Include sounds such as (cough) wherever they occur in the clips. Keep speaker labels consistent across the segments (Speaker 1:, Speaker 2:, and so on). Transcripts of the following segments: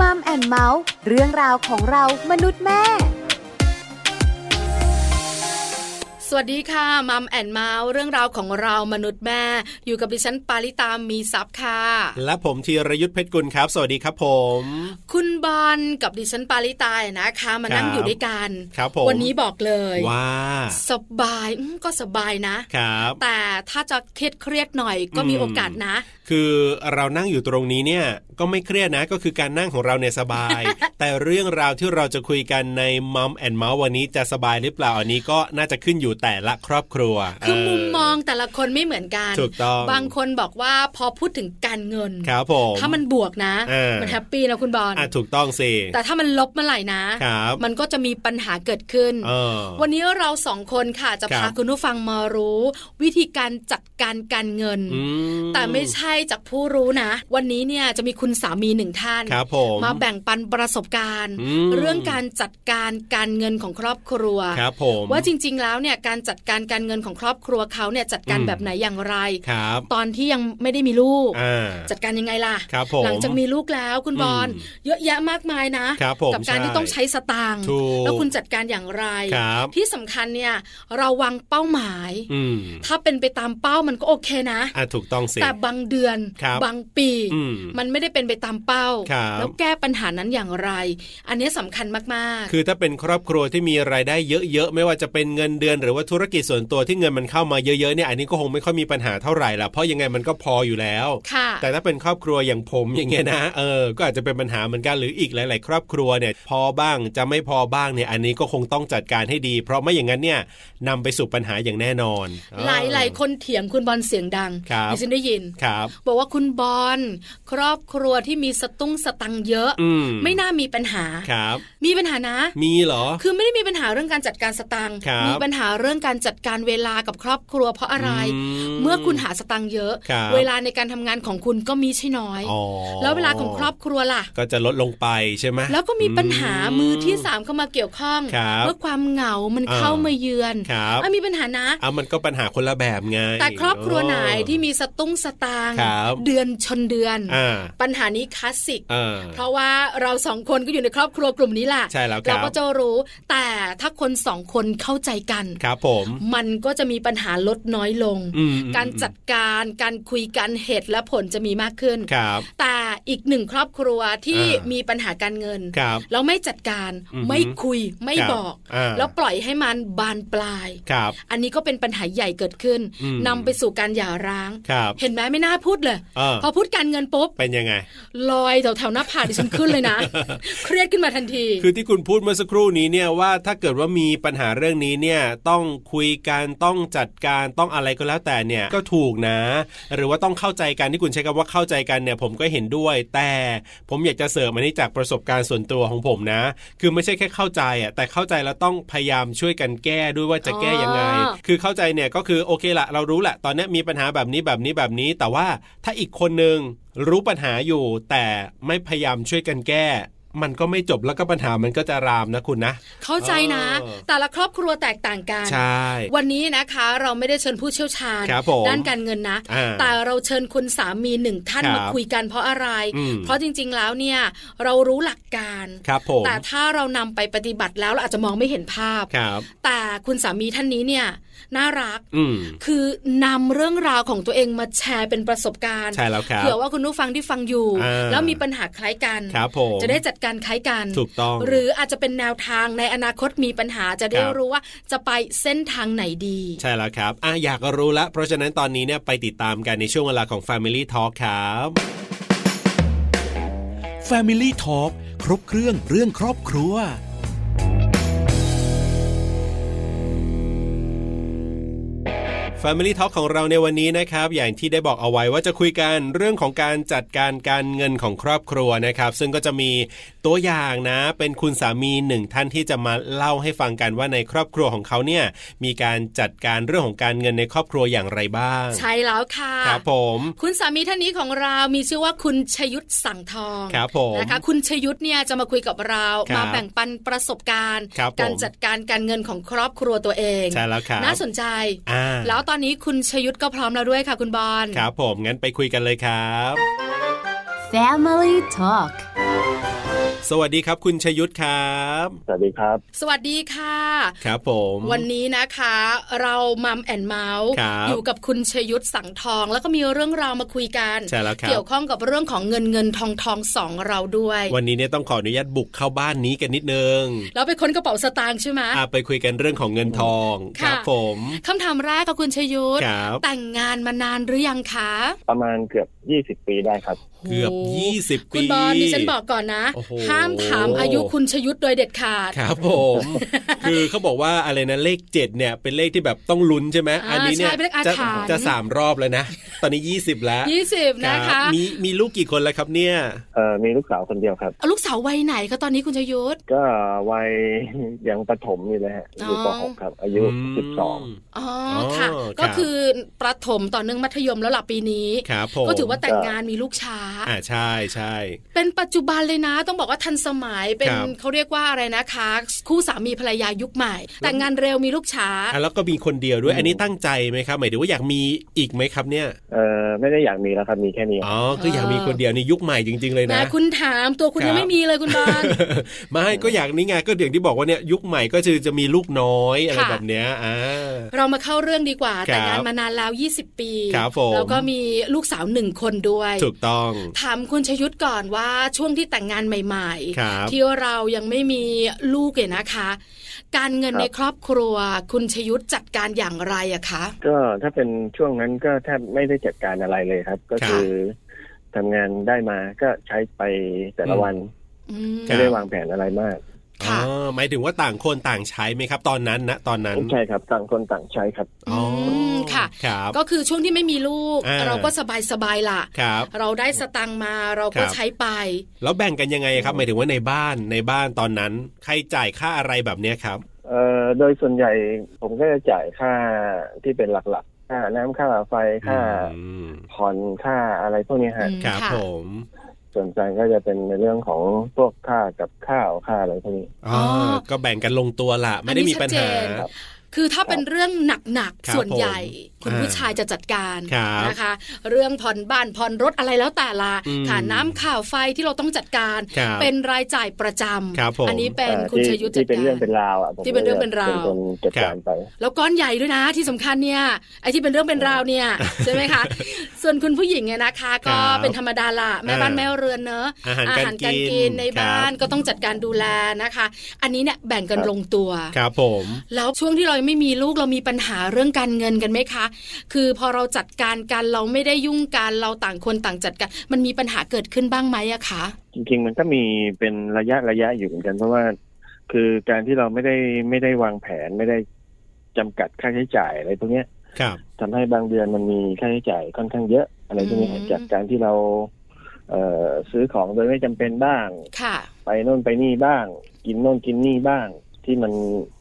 Speaker 1: มัมแอนเมาส์เรื่องราวของเรามนุษย์แม่
Speaker 2: สวัสดีค่ะมัมแอนเมาส์เรื่องราวของเรามนุษย์แม่ อยู่กับดิฉันปาริตามีซับค่ะ
Speaker 3: และผมธีรยุทธเพชรกุลครับ สวัสดีครับผม
Speaker 2: คุณบอลกับดิฉันปาริตาเนี่ยนะคะมานั่ง
Speaker 3: ครับ
Speaker 2: อยู่ด้วยกัน
Speaker 3: ครับผม
Speaker 2: วันนี้บอกเลย
Speaker 3: ว่า
Speaker 2: สบายอืมก็สบายนะ
Speaker 3: ครับ
Speaker 2: แต่ถ้าจะเครียดเครียดๆหน่อยก็มี
Speaker 3: อืม
Speaker 2: โอกาสนะ
Speaker 3: คือเรานั่งอยู่ตรงนี้เนี่ยก็ไม่เครียดนะก็คือการนั่งของเราเนี่ยสบาย
Speaker 2: (laughs)
Speaker 3: แต่เรื่องราวที่เราจะคุยกันในมัมแอนเมาส์วันนี้จะสบายหรือเปล่าอันนี้ก็น่าจะขึ้นอยู่แต่ละครอบครัว
Speaker 2: คือ
Speaker 3: เ
Speaker 2: มุมมองแต่ละคนไม่เหมือนกัน
Speaker 3: ถูกต้อง
Speaker 2: บางคนบอกว่าพอพูดถึงการเงิน
Speaker 3: ครับผม
Speaker 2: ถ้ามันบวกนะ
Speaker 3: เออ
Speaker 2: มันแฮปปี้นะคุณบอล
Speaker 3: อ่ะถูกต้องสิ
Speaker 2: แต่ถ้ามันลบเมื่อไหร่นะ
Speaker 3: ครับ
Speaker 2: มันก็จะมีปัญหาเกิดขึ้น
Speaker 3: เออ
Speaker 2: วันนี้เราสองคนค่ะจะ
Speaker 3: ค
Speaker 2: พา
Speaker 3: รับ
Speaker 2: คุณผู้ฟังมารู้ วิธีการจัดการการเงิน
Speaker 3: อื
Speaker 2: แต่ไม่ใช่จากผู้รู้นะ วันนี้เนี่ยจะมีคุณสามีหนึ่งท่าน
Speaker 3: ครับผม
Speaker 2: มาแบ่งปันประสบการณ์
Speaker 3: อืม
Speaker 2: เรื่องการจัดการการเงินของครอบครัว
Speaker 3: ครับผม
Speaker 2: ว่าจริง ๆ แล้วเนี่ยการจัดการการเงินของครอบครัวเขาเนี่ยจัดการแบบไหนอย่างไร
Speaker 3: ครับ
Speaker 2: ตอนที่ยังไม่ได้มีลูก
Speaker 3: อ่า
Speaker 2: จัดการยังไงล่ะ
Speaker 3: ครับผม
Speaker 2: หลังจากมีลูกแล้วคุณบอล
Speaker 3: อืม
Speaker 2: เยอะแยะมากมายนะ
Speaker 3: ครับผม
Speaker 2: กับการที่
Speaker 3: ใช่
Speaker 2: ต้องใช้สตางค์
Speaker 3: ถูก
Speaker 2: แล้วคุณจัดการอย่างไร
Speaker 3: ครับ
Speaker 2: ที่สำคัญเนี่ยเราวางเป้าหมาย
Speaker 3: อืม
Speaker 2: ถ้าเป็นไปตามเป้ามันก็โอเคนะ
Speaker 3: อ่ะถูกต้องสิ
Speaker 2: แต่บางเดือน
Speaker 3: ครับ
Speaker 2: งปี
Speaker 3: อืม
Speaker 2: นไม่ได้เป็นไปตามเป้า
Speaker 3: ครับ
Speaker 2: แล้วแก้ปัญหานั้นอย่างไร อันนี้สำคัญมาก
Speaker 3: คือถ้าเป็นครอบครัวที่มีรายได้เยอะๆ ไม่ว่าจะเป็นเงินเดือนหรือว่าธุรกิจส่วนตัวที่เงินมันเข้ามาเยอะๆเนี่ยอันนี้ก็คงไม่ค่อยมีปัญหาเท่าไหร่ละเพราะยังไงมันก็พออยู่แล้ว
Speaker 2: ๆ ค่ะ
Speaker 3: แต่ถ้าเป็นครอบครัวอย่างผมอย่างเงี้ยนะเออก็อาจจะเป็นปัญหาเหมือนกันหรืออีกหลาย ๆ ครอบครัวเนี่ยพอบ้างจะไม่พอบ้างเนี่ยอันนี้ก็คงต้องจัดการให้ดี เพราะไม่อย่างนั้นเนี่ยนำไปสู่ปัญหาอย่างแน่นอนเออ
Speaker 2: หลายหลายๆคนเถียงคุณบอลเสียงดัง
Speaker 3: ครับ
Speaker 2: ดิฉันได้ยิน
Speaker 3: ครับ
Speaker 2: บอกว่าคุณบอลครอบครัวที่มีสตุ้งสตังค์เยอะ
Speaker 3: อืม
Speaker 2: ไม่น่ามีปัญหา
Speaker 3: ครับ
Speaker 2: มีปัญหานะ
Speaker 3: มีเหรอ
Speaker 2: คือไม่ได้มีปัญหาเรื่องการจัดการสตังค์
Speaker 3: ครับ
Speaker 2: มีปัญหาเรื่องการจัดการเวลากับครอบครัวเพราะอะไร
Speaker 3: อืม
Speaker 2: เมื่อคุณหาสตังค์เยอะ
Speaker 3: ครับ
Speaker 2: เวลาในการทำงานของคุณก็มีใช่น้อย
Speaker 3: อ๋อ
Speaker 2: แล้วเวลาของครอบครัวล่ะ
Speaker 3: ก็จะลดลงไปใช่ไหม
Speaker 2: แล้วก็มีปัญหามือที่สามเข้ามาเกี่ยวข้อง
Speaker 3: ครับ
Speaker 2: เมื่อความเหงามัน
Speaker 3: อ่า
Speaker 2: เข้ามาเยือน
Speaker 3: ครับ
Speaker 2: อ่ะมีปัญหานะ
Speaker 3: อ่ะมันก็ปัญหาคนละแบบไง
Speaker 2: แต่ครอบครัวไหนที่มีสตุ้งสตางค์
Speaker 3: ครับ
Speaker 2: เดือนชนเดือน
Speaker 3: อ่า
Speaker 2: ปัญหานี้คลาสสิก
Speaker 3: อ่า
Speaker 2: เพราะว่าเราสองคนก็อยู่ในครอบครัวกลุ่มนี้แหละ
Speaker 3: ใช่แล้วครับ
Speaker 2: เราก็จะรู้ แต่ถ้าคนสองคนเข้าใจกัน
Speaker 3: ครับผม
Speaker 2: มันก็จะมีปัญหาลดน้อยลง
Speaker 3: อืม
Speaker 2: การจัดการการคุยกันเหตุและผลจะมีมากขึ้น
Speaker 3: ครับ
Speaker 2: แต่อีกหนึ่งครอบครัวที่
Speaker 3: อ่ามี
Speaker 2: มีปัญหาการเงิน
Speaker 3: ครับ
Speaker 2: แล้วไม่จัดการ
Speaker 3: อือหือ
Speaker 2: ไม่คุยไม่
Speaker 3: ครับ
Speaker 2: บอก
Speaker 3: อ่า
Speaker 2: แล้วปล่อยให้มันบานปลาย
Speaker 3: ครับ
Speaker 2: อันนี้ก็เป็นปัญหาใหญ่เกิดขึ้น
Speaker 3: อืม
Speaker 2: นำไปสู่การหย่าร้าง
Speaker 3: ครับ
Speaker 2: เห็นไหมไม่น่าพูดเลย
Speaker 3: เออ
Speaker 2: พอพูดการเงินปุ๊บ
Speaker 3: เป็นยังไง
Speaker 2: ลอยแถวๆหน้าผากดิฉันขึ้นเลยนะ เครียดขึ้นมาทันที
Speaker 3: คือที่คุณพูดเมื่อสักครู่นี้เนี่ยว่าถ้าเกิดว่ามีปัญหาเรื่องนี้เนี่ยต้องคุยกันต้องจัดการต้องอะไรก็แล้วแต่เนี่ยก็ถูกนะ หรือว่าต้องเข้าใจกันที่คุณใช้คำว่าเข้าใจกันเนี่ยผมก็เห็นด้วย แต่ผมอยากจะเสริมอันนี้จากประสบการณ์ส่วนตัวของผมนะ คือไม่ใช่แค่เข้าใจอ่ะแต่เข้าใจแล้วต้องพยายามช่วยกันแก้ด้วยว่าจะแก้ยังไง
Speaker 2: อ๋อ
Speaker 3: คือเข้าใจเนี่ยก็คือโอเคละเรารู้แหละตอนเนี้ยมีปัญหาแบบนี้แบบนี้แบบนี้ แต่ว่าถ้าอีกคนหนึ่งรู้ปัญหาอยู่ แต่ไม่พยายามช่วยกันแก้ มันก็ไม่จบแล้วก็ปัญหามันก็จะรามนะคุณนะ
Speaker 2: เข้าใจนะ
Speaker 3: เออ
Speaker 2: แต่ละครอบครัวแตกต่างกัน
Speaker 3: ใช่
Speaker 2: วันนี้นะคะเราไม่ได้เชิญผู้เชี่ยวชาญ
Speaker 3: ครับผม
Speaker 2: ด้านการเงินนะ
Speaker 3: อ่า
Speaker 2: แต่เราเชิญคุณสามีหนึ่งท่าน
Speaker 3: ครับ
Speaker 2: มาคุยกันเพราะอะไร
Speaker 3: อืม
Speaker 2: เพราะจริงๆแล้วเนี่ยเรารู้หลักการ
Speaker 3: ครับผม
Speaker 2: แต่ถ้าเรานำไปปฏิบัติแล้วเราอาจจะมองไม่เห็นภาพ
Speaker 3: ครับ
Speaker 2: แต่คุณสามีท่านนี้เนี่ยน่ารัก
Speaker 3: อืม
Speaker 2: คือนำเรื่องราวของตัวเองมาแชร์เป็นประสบการณ์
Speaker 3: ใช่แล้วครับ
Speaker 2: เผื่อว่าคุณผู้ฟังที่ฟังอยู่
Speaker 3: อ่า
Speaker 2: แล้วมีปัญหาคล้ายกัน
Speaker 3: ครับผม
Speaker 2: จะได้จัดการคล้ายกัน
Speaker 3: ถูกต้อง
Speaker 2: หรืออาจจะเป็นแนวทางในอนาคตมีปัญหาจะได้
Speaker 3: ครับ
Speaker 2: รู้ว่าจะไปเส้นทางไหนดี
Speaker 3: ใช่แล้วครับอ่ะอยากรู้ละ เพราะฉะนั้นตอนนี้เนี่ยไปติดตามกันในช่วงเวลาของ Family Talk ครับ
Speaker 4: Family Talk ครบเครื่องเรื่องครอบครัว
Speaker 3: Family Talk ของเราในวันนี้นะครับ อย่างที่ได้บอกเอาไว้ว่าจะคุยกันเรื่องของการจัดการการเงินของครอบครัวนะครับ ซึ่งก็จะมีตัวอย่างนะ เป็นคุณสามีหนึ่งท่านที่จะมาเล่าให้ฟังกันว่าในครอบครัวของเขาเนี่ยมีการจัดการเรื่องของการเงินในครอบครัวอย่างไรบ้าง
Speaker 2: ใช่แล้วค่ะ
Speaker 3: ครับผม
Speaker 2: คุณสามีท่านนี้ของเรามีชื่อว่าคุณชยุทธสังทอง
Speaker 3: ครับผม
Speaker 2: นะคะ คุณชยุทธเนี่ยจะมาคุยกับเรา
Speaker 3: ครับ
Speaker 2: มาแบ่งปันประสบการณ์
Speaker 3: ครับผม
Speaker 2: การจัดการการเงินของครอบครัวตัวเอง
Speaker 3: ใช่แล้วครับ
Speaker 2: น่าสนใจ
Speaker 3: อ่า
Speaker 2: แล้วตอนนี้คุณชยุทธก็พร้อมแล้วด้วยค่ะ คุณบอล
Speaker 3: ครับผมงั้นไปคุยกันเลยครับ
Speaker 1: Family Talk
Speaker 3: สวัสดีครับ คุณชยุทธครับ
Speaker 5: สวัสดีครับ
Speaker 2: สวัสดีค่ะ
Speaker 3: ครับผม
Speaker 2: วันนี้นะคะ เรามัมแอนเมาส์
Speaker 3: ครับ
Speaker 2: อยู่กับคุณชยุทธสังทอง แล้วก็มีเรื่องราวมาคุยกัน
Speaker 3: ใช่แล้วครับ
Speaker 2: เกี่ยวข้องกับเรื่องของเงินเงินทองทองสองเราด้วย
Speaker 3: วันนี้เนี่ยต้องขออนุญาตบุกเข้าบ้านนี้กันนิดนึง
Speaker 2: แล้วไปค้นกระเป๋าสตางค์ใช่ไหม
Speaker 3: อ่ะไปคุยกันเรื่องของเงินทอง
Speaker 2: ค่ะ
Speaker 3: ครับผม
Speaker 2: คำถามแรกกับคุณชยุทธ
Speaker 3: ครับ
Speaker 2: แต่งงานมานานหรือยังคะ
Speaker 5: ประมาณเกือบยี่สิบปีได้ครับ
Speaker 3: เกือบยี่สิบปี
Speaker 2: คุณบอลดิฉันบอกก่อนนะ
Speaker 3: โอ้โห
Speaker 2: ห้ามถามอายุคุณชยุทธโดยเด็ดขาด
Speaker 3: ครับผมคือเขาบอกว่าอะไรนะเลขเจ็ดเนี่ยเป็นเลขที่แบบต้องลุ้นใช่ไหม
Speaker 2: อ่า
Speaker 3: อันนี้เนี่ย
Speaker 2: ใช่เป็นเลขอาถรรพ์
Speaker 3: จะจะสามรอบแล้วนะ
Speaker 2: (laughs)
Speaker 3: ตอนนี้ยี่สิบแล้ว
Speaker 2: ยี่สิบนะ
Speaker 3: รั
Speaker 2: คะ
Speaker 3: บมีมีลูกกี่คนแล้วครับเนี่ย
Speaker 5: เอ่อมีลูกสาวคนเดียวครับ
Speaker 2: เอาลูกสาววัยไหนคะตอนนี้คุณชยุทธ
Speaker 5: ก็วัย ยังประถมอยู่เลยฮะอยู่ป
Speaker 2: อ๋อ
Speaker 5: หกครับ อายุสิบสอง
Speaker 3: ม
Speaker 2: อ๋อ
Speaker 3: อ
Speaker 2: ค่ะ
Speaker 3: ครับ
Speaker 2: ก็คือประถมต่อเนื่องมัธยมแล้วหลับปีนี้
Speaker 3: ครับผม
Speaker 2: ก็ถือว่าแต่งงานมีลูกช้า
Speaker 3: อ่าใช่ใช่
Speaker 2: เป็นปัจจุบันเลยนะ ต้องบอกว่าทันสมัยเป็น
Speaker 3: ครับ
Speaker 2: เขาเรียกว่าอะไรนะคะ คู่สามีภรรยายุคใหม่ แต่งงานเร็วมีลูกช้า
Speaker 3: อ่ะแล้วก็มีคนเดียวด้วย อันนี้ตั้งใจไหมครับหมายถึงว่าอยากมีอีกไหมครับเนี่ย
Speaker 5: เอ่อไม่ได้อยากมีแล้วครับ มีแค่นี้
Speaker 3: อ๋อคืออยากมีคนเดียวนี่ยุคใหม่จริง ๆเลย
Speaker 2: แหม
Speaker 3: นะ
Speaker 2: คุณถามตัวคุณ
Speaker 3: ครับ
Speaker 2: ยังไม่มีเลยคุณบอล
Speaker 3: (laughs) ไม่ก็อย่างนี้ไงก็อย่างที่บอกว่าเนี่ยยุคใหม่ก็คือจะมีลูกน้อยอะไร
Speaker 2: ค่ะ
Speaker 3: แบบเนี้ยอ่า
Speaker 2: เรามาเข้าเรื่องดีกว่า
Speaker 3: ครับ
Speaker 2: แต่งงานมานานแล้ว 20 ปี
Speaker 3: ครับผม
Speaker 2: แล้วก็มีลูกสาวหนึ่งคนด้วย
Speaker 3: ถูกต้อง
Speaker 2: ถามคุณชยุทธก่อนว่าช่วงที่แต่งงานใหม่
Speaker 3: ครับ
Speaker 2: ที่เรายังไม่มีลูกเนี่ยนะคะ การเงินในครอบครัว คุณชยุทธจัดการอย่างไรอะคะ
Speaker 5: ก็ถ้าเป็นช่วงนั้นก็แทบไม่ได้จัดการอะไรเลยครับ ก็คือทำงานได้มาก็ใช้ไปแต่ละวัน
Speaker 2: อืม
Speaker 3: ครับ
Speaker 5: ไม่ได้วางแผนอะไรมาก
Speaker 2: ค่ะ
Speaker 3: อ๋อหมายถึงว่าต่างคนต่างใช้ไหมครับ ตอนนั้นนะตอนนั้น
Speaker 5: ใช่ครับต่างคนต่างใช้ครับ
Speaker 3: อ๋ออ
Speaker 2: มค่ะ
Speaker 3: ครับ
Speaker 2: ก็คือช่วงที่ไม่มีลูก
Speaker 3: อ่า
Speaker 2: เราก็สบายสบายๆล่ะ
Speaker 3: ครับ
Speaker 2: เราได้สตังค์มาเราก็
Speaker 3: ครับ
Speaker 2: ใช้ไป
Speaker 3: แล้วแบ่งกันยังไงครับหมายถึงว่าในบ้านในบ้านตอนนั้น ใครจ่ายค่าอะไรแบบเนี้ยครับ
Speaker 5: เอ่อโดยส่วนใหญ่ผมก็จะจ่ายค่าที่เป็นหลักๆ ค่าน้ำค่าไฟค่า
Speaker 3: อืม
Speaker 5: ผ่อนค่าอะไรพวกนี้ฮะ
Speaker 2: อืม
Speaker 3: ครับ
Speaker 2: ค่ะ
Speaker 3: ผม
Speaker 5: ส่วนจานก็จะเป็นในเรื่องของพวกค่ากับข้าวค่าอะไรพวกนี้
Speaker 3: อ๋ออก็แบ่งกันลงตัวละไม่ได้มีปัญหา
Speaker 2: อันนี้ชัดเจน คือถ้าเป็นเรื่องหนัก
Speaker 3: ค
Speaker 2: ๆ
Speaker 3: รับ
Speaker 2: ส่วนใหญ่
Speaker 3: ผม
Speaker 2: คุณ
Speaker 3: อ่า
Speaker 2: ผู้ชายจะจัดการ
Speaker 3: ครับ
Speaker 2: นะคะ เรื่องผ่อนบ้านผ่อนรถอะไรแล้วแต่ละ
Speaker 3: อืม
Speaker 2: ค่าน้ำข่าวไฟที่เราต้องจัดการ
Speaker 3: ครับ
Speaker 2: เป็นรายจ่ายประจำ
Speaker 3: ครับผม
Speaker 2: อันนี้เป็น
Speaker 5: อ่า
Speaker 2: คุณ
Speaker 5: ที่
Speaker 2: ชยุทธจั
Speaker 5: ที่
Speaker 2: ด
Speaker 5: เป็น
Speaker 2: กา
Speaker 5: เรื่องเป็
Speaker 2: ร
Speaker 5: นราวอ่ะผม
Speaker 2: ที่เป็นเรื่องเป็นราว
Speaker 5: เป็นคนจัดการไป
Speaker 2: แล้วก้อนใหญ่ด้วยนะที่สำคัญเนี่ยไอ้ที่เป็นเรื่องเป็นราวเนี่ยใช่ไหมคะ (laughs) ส่วนคุณผู้หญิงเนี่ยนะคะ ก็
Speaker 3: ครับ
Speaker 2: เป็นธรรมดาละแม่บ้าน
Speaker 3: อ่า
Speaker 2: แม่เรือนเนอะ
Speaker 3: อาหารการกิน
Speaker 2: ใน
Speaker 3: ครับ
Speaker 2: บ้านก็ต้องจัดการดูแลนะคะ อันนี้เนี่ยแบ่งกัน
Speaker 5: ครับ
Speaker 2: ลงตัว
Speaker 3: ครับผม
Speaker 2: แล้วช่วงที่เรายังไม่มีลูกเรามีปัญหาเรื่องการเงินกันไหมคะ คือพอเราจัดการกันเราไม่ได้ยุ่งกันเราต่างคนต่างจัดการมันมีปัญหาเกิดขึ้นบ้างไหมอะคะ
Speaker 5: จริง ๆ มันก็มีเป็นระยะระยะอยู่เหมือนกันเพราะว่า คือการที่เราไม่ได้ไม่ได้วางแผนไม่ได้จำกัดค่าใช้จ่ายอะไรพวกเนี้ย
Speaker 3: ครับ
Speaker 5: ทำให้บางเดือนมันมีค่าใช้จ่ายค่อนข้างเยอะ อะไรพวกนี้
Speaker 2: อืม
Speaker 5: จากการที่เรา เอ่อซื้อของโดยไม่จำเป็นบ้าง
Speaker 2: ค่ะ
Speaker 5: ไปโน่นไปนี่บ้าง กินโน่นกินนี่บ้าง ที่มัน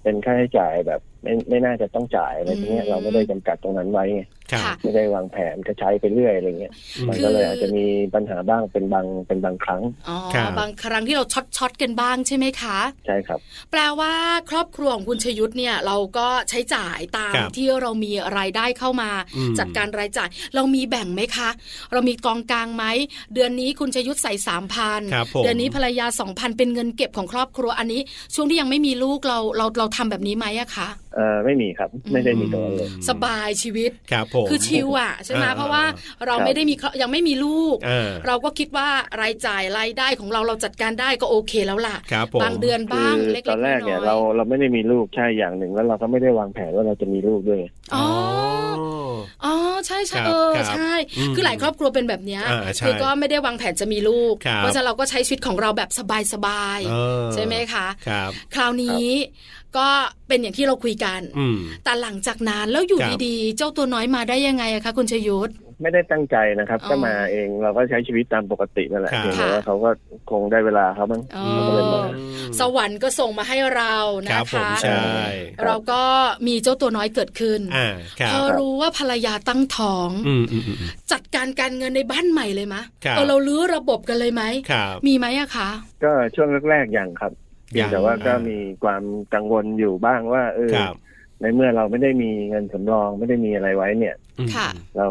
Speaker 5: เป็นค่าใช้จ่ายแบบไม่ไม่น่าจะต้องจ่ายอะไรพวกเนี้ย
Speaker 2: อืม
Speaker 5: เราไม่ได้จำกัดตรงนั้นไว้ไง
Speaker 3: ครับ
Speaker 2: ค่ะ
Speaker 5: ไม่ได้วางแผนก็ใช้ไปเรื่อยอะไรเงี้ย มันก็เลยอาจจะมีปัญหาบ้างเป็นบางเป็นบางครั้ง
Speaker 2: อ๋อ
Speaker 3: ครับ
Speaker 2: บางครั้งที่เราช็อตช็อตๆกันบ้างใช่ไหมคะ
Speaker 5: ใช่ครับ
Speaker 2: แปลว่าครอบครัวของคุณชยุทธเนี่ยเราก็ใช้จ่ายตาม
Speaker 3: ครับ
Speaker 2: ที่เรามีรายได้เข้ามา
Speaker 3: อืม
Speaker 2: จัดการรายจ่าย เรามีแบ่งไหมคะ เรามีกองกลางไหมเดือนนี้คุณชยุทธใส่สามพัน
Speaker 3: ครับผม
Speaker 2: เดือนนี้ภรรยาสองพันเป็นเงินเก็บของครอบครัวอันนี้ ช่วงที่ยังไม่มีลูกเราเราเราทำแบบนี้ไหมอะคะ
Speaker 5: เอ่อไม่มีครับ ไม่ได้มีตรงนั้นเลย
Speaker 2: สบายชีวิต
Speaker 3: ครับผม
Speaker 2: คือชิวอะใช่ไหม
Speaker 3: อ่า
Speaker 2: เพราะว่าเรา
Speaker 5: ครับ
Speaker 2: ไม่ได้มีครอบยังไม่มีลูก
Speaker 3: อ่า
Speaker 2: เราก็คิดว่ารายจ่ายรายได้ของเราเราจัดการได้ก็โอเคแล้วล่ะ
Speaker 3: ครับผม
Speaker 2: บางเดือนบ้าง
Speaker 5: คือ
Speaker 2: เล็กๆ
Speaker 5: ตอนแรกเนี่ย
Speaker 2: อๆ
Speaker 5: เราเราไม่ได้มีลูกใช่อย่างหนึ่ง แล้วเราก็ไม่ได้วางแผนว่าเราจะมีลูกด้วย
Speaker 2: อ๋อ
Speaker 3: อ
Speaker 2: อ๋อใช่ใช่
Speaker 3: ครับ
Speaker 2: เออ
Speaker 3: ครับ
Speaker 2: ใช่
Speaker 3: อืม
Speaker 2: คือหลายครอบครัวเป็นแบบเนี้ย
Speaker 3: อ่าใช่
Speaker 2: คือก็ไม่ได้วางแผนจะมีลูก
Speaker 3: ครับ
Speaker 2: เพราะฉะนั้นเราก็ใช้ชีวิตของเราแบบสบาย
Speaker 3: เออ
Speaker 2: ๆใช่ไหมคะ
Speaker 3: ครับ
Speaker 2: คราวนี้ก็เป็นอย่างที่เราคุยกัน
Speaker 3: อืม
Speaker 2: แต่หลังจากนั้นแล้วอยู่
Speaker 3: ครับ
Speaker 2: ดีๆ เจ้าตัวน้อยมาได้ยังไงอะคะคุณชยุทธ
Speaker 5: ไม่ได้ตั้งใจนะครับ
Speaker 2: อ๋อ
Speaker 5: ก็มาเองเราก็ใช้ชีวิตตามปกตินั่นแหละ
Speaker 3: ค่ะ
Speaker 5: เพียงแต่
Speaker 2: ค่ะ
Speaker 5: ว่าเขาก็คงได้เวลาเขาบ้าง
Speaker 2: อ๋อ
Speaker 5: ก็เลยมา
Speaker 2: สวรรค์ก็ส่งมาให้เรา
Speaker 3: ค
Speaker 2: นะ
Speaker 3: รับผม
Speaker 2: คะ
Speaker 3: ใช่
Speaker 2: เราก็มีเจ้าตัวน้อยเกิดขึ้น
Speaker 3: อ่าครั
Speaker 2: พ
Speaker 3: บ
Speaker 2: อรู้ว่าภรรยาตั้งท้อง
Speaker 3: อืมอืมอืม
Speaker 2: จัดการการเงินในบ้านใหม่เลยมะ
Speaker 3: ครับ
Speaker 2: เออเราลื้อระบบกันเลยไหม
Speaker 3: ครับ
Speaker 2: มีไหมอะคะ
Speaker 5: ก็ช่วงแรกๆอย่างครับเพียงแต่ว่าก็มีความกังวลอยู่บ้างว่าเออ
Speaker 3: ครับ
Speaker 5: ในเมื่อเราไม่ได้มีเงินสำรองไม่ได้มีอะไรไว้เนี่ย
Speaker 3: อืม
Speaker 2: ค่ะ
Speaker 5: เรา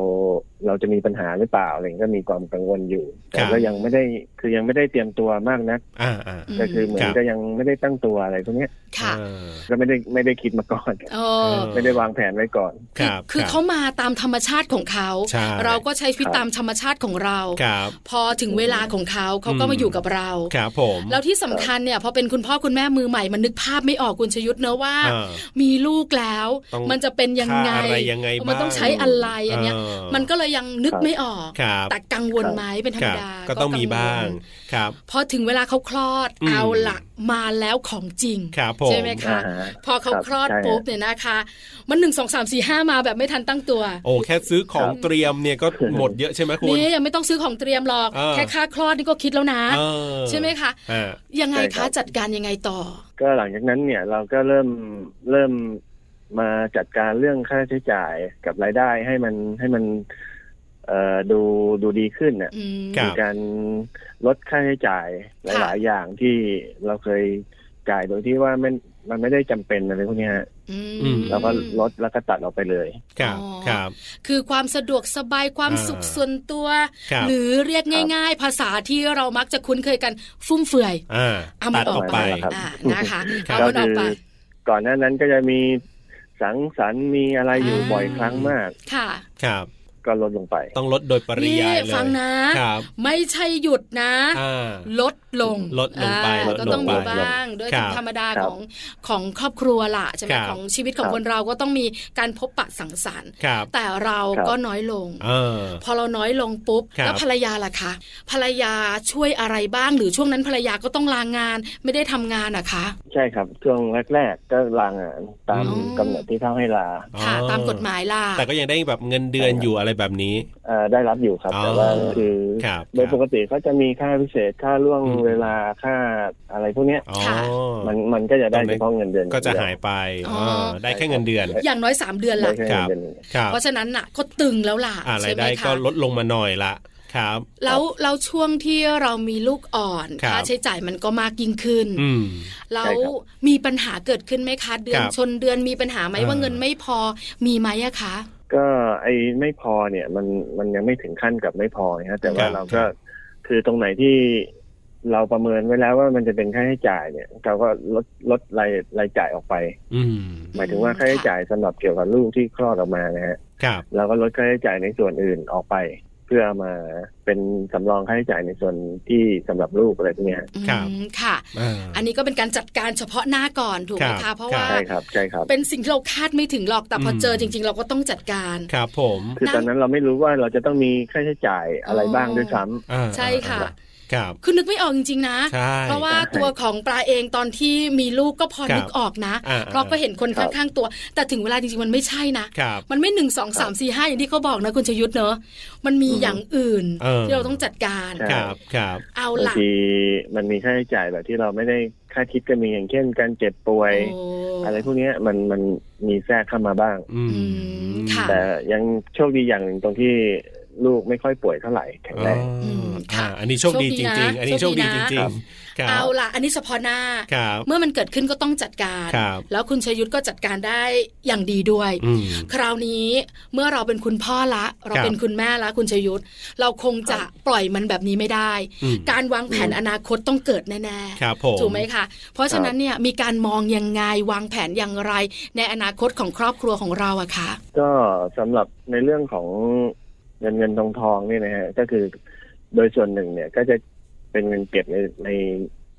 Speaker 5: เราจะมีปัญหาหรือเปล่าอะไรอย่างเงี้ยก็มีความกังวลอยู่
Speaker 3: ค
Speaker 5: แต่
Speaker 3: รับ
Speaker 5: ก็ยังไม่ได้คือยังไม่ได้เตรียมตัวมากนัก
Speaker 3: อ่าอ่า
Speaker 2: ม
Speaker 5: ก็คือเหมือ
Speaker 3: คน รับ
Speaker 5: ก็ยังไม่ได้ตั้งตัวอะไรพวกเนี้ย
Speaker 2: ค่ะ
Speaker 3: เออ
Speaker 5: ก็ไม่ได้ไม่ได้คิดมาก่อน
Speaker 2: เออ
Speaker 3: อ
Speaker 5: ไม่ได้วางแผนไว้ก่อน
Speaker 3: ค
Speaker 2: คือ
Speaker 3: รับ
Speaker 2: คือ
Speaker 3: รับ
Speaker 2: เขามาตามธรรมชาติของเขา
Speaker 3: ใช่
Speaker 2: เราก็ใช้ชีวิตตามธรรมชาติของเรา
Speaker 3: ครับ
Speaker 2: พอถึงเวลาของเขาเขาก็
Speaker 3: อืม
Speaker 2: มาอยู่กับเรา
Speaker 3: ครับผม
Speaker 2: แล้วที่สำคัญเนี่ยพอเป็นคุณพ่อคุณแม่มือใหม่มันนึกภาพไม่ออกคุณชยุทธเนอะว่า
Speaker 3: อ่า
Speaker 2: มีลูกแล้ว
Speaker 3: ต้อง
Speaker 2: มันจะเป็นยังไง
Speaker 3: ค่าอะไรยังไงบ้าง
Speaker 2: มันต้องใช้อะไรอันเนี้ย
Speaker 3: เออ
Speaker 2: มันก็เลยยังนึกไม่ออก
Speaker 3: ครับ
Speaker 2: แต่กังวลไหมเป็นธร
Speaker 3: ค
Speaker 2: รม
Speaker 3: รับ
Speaker 2: ดา
Speaker 3: ก็ต้องมีบ้าง
Speaker 2: กัวล
Speaker 3: ครับ
Speaker 2: พอถึงเวลาเขาคลอด
Speaker 3: อืม
Speaker 2: เอาละมาแล้วของจริง
Speaker 3: ครับผม
Speaker 2: ใช่ไหมคะ
Speaker 5: อ่าฮะ
Speaker 2: พอเขา
Speaker 5: ครับ
Speaker 2: คลอด
Speaker 5: ใช่ฮะ
Speaker 2: ปุ๊บเนี่ยนะคะ มันหนึ่งสองสามสี่ห้ามาแบบไม่ทันตั้งตัว
Speaker 3: โอ้แค่ซื้อของเตรียมเนี่ยก็หมดเยอะใช่ไหมคุณ
Speaker 2: นี่ยังไม่ต้องซื้อของเตรียมหรอก
Speaker 3: เออ
Speaker 2: แค่ค่าคลอดนี่ก็คิดแล้วนะ
Speaker 3: เออ
Speaker 2: ใช่ไหมคะ
Speaker 3: อ่า
Speaker 2: ยังไง
Speaker 5: ใช่ครั
Speaker 2: คะ
Speaker 5: บ
Speaker 2: จัดการยังไงต่อ
Speaker 5: ก็หลังจากนั้นเนี่ยเราก็เริ่มเริ่มมาจัดการเรื่องค่าใช้จ่ายกับรายได้ให้มันให้มันเอ่อดูดูดีขึ้นน่ะ
Speaker 2: อืม
Speaker 3: ครับ
Speaker 5: มีการลดค่าใช้จ่ายห
Speaker 2: ค่ะ
Speaker 5: ลาย ๆ อย่างที่เราเคยจ่ายโดยที่ว่ามันมันไม่ได้จำเป็นอะไรพวกเนี้ยฮะ
Speaker 2: อืม
Speaker 3: อืม
Speaker 5: เราก็ลดแล้วก็ตัดออกไปเลย
Speaker 3: ครับ
Speaker 2: อ๋อ
Speaker 3: ครับ
Speaker 2: คือความสะดวกสบายความ
Speaker 3: อ่า
Speaker 2: สุขส่วนตัว
Speaker 3: ครับ
Speaker 2: หรือเรียกง่าย ๆ ภาษาที่เรามักจะคุ้นเคยกันฟุ่มเฟือย
Speaker 3: อ่า
Speaker 2: เอามั
Speaker 3: ตั
Speaker 2: น
Speaker 3: ด
Speaker 2: อ
Speaker 3: อ
Speaker 2: อ
Speaker 3: อก ก
Speaker 2: ไป
Speaker 3: ไป
Speaker 5: ครับ
Speaker 2: อ่านะคะเอา
Speaker 5: ก็
Speaker 2: มันออกไป
Speaker 5: ก่อนหน้านั้นก็จะมีสังสรรค์มีอะไรอยู่บ่อยครั้งมาก
Speaker 2: ค่ะ
Speaker 3: ครับ
Speaker 5: ก็ลดลงไป
Speaker 3: ต้องลดโดยปริ
Speaker 2: นี่
Speaker 3: ยายเลย
Speaker 2: ฟังนะ
Speaker 3: ครับ
Speaker 2: ไม่ใช่หยุดนะ
Speaker 3: อ่า
Speaker 2: ลดลง
Speaker 3: ลดลงไป
Speaker 2: อ่า
Speaker 3: ลดลง
Speaker 2: ก็ต้องมี
Speaker 3: ไป
Speaker 2: บ้างด้วย
Speaker 3: ครับ
Speaker 2: ธรรมดา
Speaker 5: ค
Speaker 2: ข
Speaker 5: รับ
Speaker 2: องของครอบครัวล่ะใช่ไหม
Speaker 3: ครับ
Speaker 2: ของชีวิตของ
Speaker 5: ครับ
Speaker 2: คนเราก็ต้องมีการพบปะสังสรรค์
Speaker 3: ครับ
Speaker 2: แต่เรา
Speaker 5: ครับ
Speaker 2: ก็น้อยลง
Speaker 3: เออ
Speaker 2: พอเราน้อยลงปุ๊บ
Speaker 3: ครับ
Speaker 2: แล้วภรรยาล่ะคะภรรยาช่วยอะไรบ้าง หรือช่วงนั้นภรรยาก็ต้องลางงาน ไม่ได้ทำงานนะคะ
Speaker 5: ใช่ครับ ช่วงแรก ๆ ก็ลางานตาม
Speaker 2: อืม
Speaker 5: กำหนดที่เขาให้ลา
Speaker 2: ค่ะ
Speaker 3: อ๋อ
Speaker 2: ตามกฎหมายล่ะ
Speaker 3: แต่ก็ยังได้แบบเงินเดือนอยู่อะไรแบบนี้
Speaker 5: เอ่อได้รับอยู่ครับ
Speaker 3: อ๋อ
Speaker 5: แต่ว่าคือ
Speaker 3: ครับ
Speaker 5: โดยปกติเขาจะมีค่าพิเศษค่าล่วง
Speaker 3: อืม
Speaker 5: เวลาค่าอะไรพวกเนี้ย
Speaker 3: อ๋อ
Speaker 2: ค่ะ
Speaker 5: มันมันก็จะได้
Speaker 3: ตรงนี้
Speaker 5: เฉพาะเงินเดือน
Speaker 3: ก็จะหายไป
Speaker 2: อ๋ออ่
Speaker 3: าได้แค่เงินเดือน
Speaker 2: อย่างน้อยสามเดือน
Speaker 5: ได้
Speaker 2: ละ
Speaker 5: แค่
Speaker 3: ครับ
Speaker 5: เงินเดือนอย่างเดียว
Speaker 3: ครับ
Speaker 2: เพราะฉะนั้นน่ะ ก็ตึงแล้วล่ะ
Speaker 3: อะไร
Speaker 2: ใช่ไหม
Speaker 3: ได้
Speaker 2: คะ
Speaker 3: ก็ลดลงมาหน่อยละครับ
Speaker 2: แล้วแล้วช่วงที่เรามีลูกอ่อน
Speaker 3: ครับ
Speaker 2: ค่าใช้จ่ายมันก็มากยิ่งขึ้น
Speaker 3: อืม
Speaker 2: แล้วมีปัญหาเกิดขึ้นไหมคะ เดือน
Speaker 3: ครับ
Speaker 2: ชนเดือนมีปัญหาไหม
Speaker 3: เออ
Speaker 2: ว่าเงินไม่พอมีไหมอะคะ
Speaker 5: ก็ไอ้ไม่พอเนี่ยมันมันยังไม่ถึงขั้นกับไม่พอนะฮะแต่
Speaker 3: ค
Speaker 5: ว่า
Speaker 3: รับ
Speaker 5: เราก็คือตรงไหนที่เราประเมินไว้แล้วว่ามันจะเป็นค่าใช้จ่ายเนี่ยเราก็ลดลดรายรายจ่ายออกไป
Speaker 3: อืม
Speaker 5: หมายถึงว่าค่าใช้จ่ายสำหรับเกี่ยวกับลูกที่คลอดออกมานะฮะ
Speaker 3: ครับ
Speaker 5: เราก็ลดค่าใช้จ่ายในส่วนอื่นออกไป เพื่อมาเป็นสำรองค่าใช้จ่ายในส่วนที่สำหรับลูกอะไรพวกเนี้ย
Speaker 2: อืม
Speaker 3: ครับ
Speaker 2: ค่ะ
Speaker 3: อ่า
Speaker 2: อันนี้ก็เป็นการจัดการเฉพาะหน้าก่อนถูกไหม
Speaker 3: ครั
Speaker 2: คะ
Speaker 3: บ
Speaker 2: เพราะว่า
Speaker 5: ใช่ครับใช่ครับ
Speaker 2: เป็นสิ่งที่เราคาดไม่ถึงหรอกแต่พออ
Speaker 3: ม
Speaker 2: เจอจริง ๆ เราก็ต้องจัดการ
Speaker 3: ครับผม
Speaker 5: คือตอนนั้นเราไม่รู้ว่าเราจะต้องมีค่าใช้จ่ายอะไรบ้างด้วยซ้ำ
Speaker 3: อ่า
Speaker 2: ใช่ค่ะ
Speaker 3: ครับ
Speaker 2: คือนึกไม่ออกจริงๆนะ
Speaker 3: ใช่
Speaker 2: เพราะว่าตัวของปลาเองตอนที่มีลูกก็พอ
Speaker 3: ครับ
Speaker 2: นึกออกนะ
Speaker 3: อ่า
Speaker 2: เพราะก็เห็นคน
Speaker 5: ครับ
Speaker 2: ข้างๆตัว แต่ถึงเวลาจริงๆมันไม่ใช่นะ
Speaker 3: ครับ
Speaker 2: มันไม่หนึ่งสองสามสี่ห้าอย่างที่เขาบอกนะคุณชยุทธเนอะมันมี
Speaker 5: อือฮึ
Speaker 2: อย่างอื่น
Speaker 3: เออ
Speaker 2: ที่เราต้องจัดการ
Speaker 5: ใช่
Speaker 3: ครับครับ
Speaker 2: เอา
Speaker 5: บาง
Speaker 2: ละ
Speaker 5: ทีมันมีค่าใช้จ่ายแบบที่เราไม่ได้คาดคิดก็มีอย่างเช่น การเจ็บป่วย
Speaker 2: โอ้
Speaker 5: อะไรพวกเนี้ยมันมันมีแทรกเข้ามาบ้าง
Speaker 3: อืม
Speaker 2: ค่ะ
Speaker 5: แต่ยังโชคดีอย่างหนึ่งตรงที่ลูกไม่ค่อยป่วยเท่าไหร่แข็งแรง
Speaker 3: อืม
Speaker 2: ค่ะ
Speaker 3: อ่าอันนี้โชคดีจริง ๆ อันนี้
Speaker 2: โช
Speaker 3: โช
Speaker 2: ค
Speaker 3: ค
Speaker 2: ดี
Speaker 3: ดี
Speaker 2: นะ
Speaker 3: จริงๆครับ
Speaker 2: เอาละอันนี้เฉพาะหน้า
Speaker 3: ครับ
Speaker 2: เมื่อมันเกิดขึ้นก็ต้องจัดการ
Speaker 3: ครับ
Speaker 2: แล้วคุณชยุทธก็จัดการได้อย่างดีด้วย
Speaker 3: อืม
Speaker 2: คราวนี้เมื่อเราเป็นคุณพ่อละ เรา
Speaker 3: ครับ
Speaker 2: เป็นคุณแม่ละคุณชยุทธเราคงจะปล่อยมันแบบนี้ไม่ได้
Speaker 3: อืม
Speaker 2: การวางแผนอนาคตต้องเกิดแน่ๆ
Speaker 3: ครับผม
Speaker 2: ถูกไหมคะ เพราะฉะนั้นเนี่ยมีการมองยังไงวางแผนอย่างไร ในอนาคตของครอบครัวของเราอะคะ
Speaker 5: ก็สำหรับในเรื่องของเงินเงินทองทองเนี่ยนะฮะก็คือโดยส่วนหนึ่งเนี่ยก็จะเป็นเงินเก็บในใน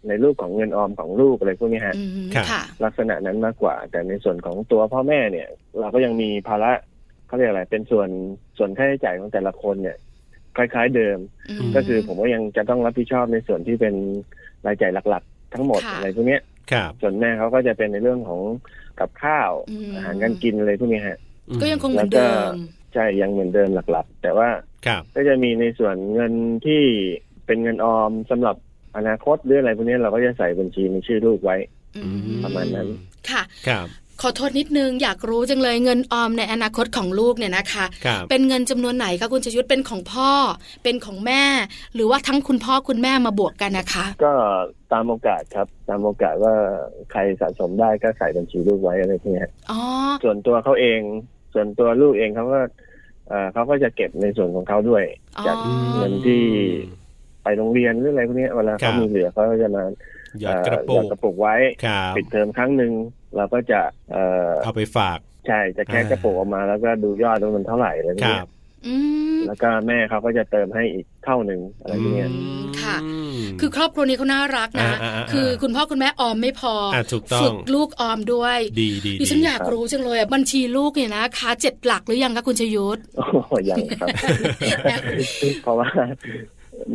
Speaker 5: ในรูปของเงินออมของลูกอะไรพวกนี้ฮะ
Speaker 2: อืม
Speaker 3: ครับ
Speaker 2: ค่ะ
Speaker 5: ลักษณะนั้นมากกว่า แต่ในส่วนของตัวพ่อแม่เนี่ย เราก็ยังมีภาระเขาเรียกอะไรเป็นส่วนส่วนค่าใช้จ่ายของแต่ละคนเนี่ย คล้าย ๆเดิม
Speaker 2: อื
Speaker 3: ม
Speaker 5: ก็คือผมก็ยังจะต้องรับผิดชอบในส่วนที่เป็นรายจ่ายหลักๆ ทั้งหมด
Speaker 2: ค่ะ
Speaker 5: อะไรพวกเนี้ย
Speaker 3: ครับ
Speaker 5: ส่วนแม่เขาก็จะเป็นในเรื่องของกับข้าว
Speaker 2: อืม
Speaker 5: อาหารการกินอะไรพวกนี้ฮะ
Speaker 2: ก็ยังคงเหมือนเดิม
Speaker 5: ใช่ยังเหมือนเดิมหลักๆ แต่ว่า
Speaker 3: ครับ
Speaker 5: ก็จะมีในส่วนเงินที่เป็นเงินออมสำหรับอนาคตหรืออะไรพวกนี้เราก็จะใส่บัญชีในชื่อลูกไว้
Speaker 2: อื
Speaker 5: ประมาณนั้น
Speaker 2: ค่ะ
Speaker 3: ครับ
Speaker 2: ขอโทษนิดนึงอยากรู้จังเลยเงินออมในอนาคตของลูกเนี่ยนะคะ
Speaker 3: ครับ
Speaker 2: เป็นเงินจำนวนไหนคะคุณชยุทธเป็นของพ่อ เป็นของแม่ หรือว่าทั้งคุณพ่อคุณแม่มาบวกกันนะคะ
Speaker 5: ก็ตามโอกาสครับ ตามโอกาสว่าใครสะสมได้ก็ใส่บัญชีลูกไว้อะไรพวกนี้
Speaker 2: อ๋อ
Speaker 5: ส่วนตัวเขาเอง ส่วนตัวลูกเองเขาก็ เอ่อเขาก็จะเก็บในส่วนของเขาด้วย
Speaker 2: อ๋อ
Speaker 5: จาก เงินที่ ไปโรงเรียนหรืออะไรพวกเนี้ยเวลา
Speaker 3: ครั
Speaker 5: เขา
Speaker 3: บ
Speaker 5: มีเหลือเขาก็จะมา
Speaker 3: หยอดกระ
Speaker 5: เอ่
Speaker 3: ปุ
Speaker 5: อหยอด
Speaker 3: ก
Speaker 5: กระปุกไว้
Speaker 3: ครับ
Speaker 5: ปิดเทอมครั้งหนึ่งเราก็จะเอ่อ
Speaker 3: เอาไปฝาก
Speaker 5: ใช่จะแค่
Speaker 3: อ่า
Speaker 5: กระปุกออกมา แล้วก็ดูยอดว่ามันเท่าไหร่อะไรพว
Speaker 3: ค
Speaker 5: ก
Speaker 3: รั
Speaker 5: เนี้
Speaker 3: บ
Speaker 5: ย
Speaker 2: อืม
Speaker 5: แล้วก็แม่เขาก็จะเติมให้อีกเท่าหนึ่งอะไรพวกเนี้ย
Speaker 2: อืมค่ะ
Speaker 3: อืม
Speaker 2: คือครอบครัวนี้เขาน่ารักนะ
Speaker 3: อ่าอ่าอ่า
Speaker 2: คือคุณพ่อคุณแม่ออมไม่พออะ
Speaker 3: ถูกต้อง
Speaker 2: ฝึกลูกออมด้วย
Speaker 3: ดีดี
Speaker 2: ดิฉัน
Speaker 3: ดี
Speaker 2: อยากรู้จังเลยอะบัญชีลูกเนี่ยนะคะเจ็ดหลักหรือยังคะคุณชยุทธ
Speaker 5: โอ้โหยังครับ เพราะว่า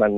Speaker 5: มัน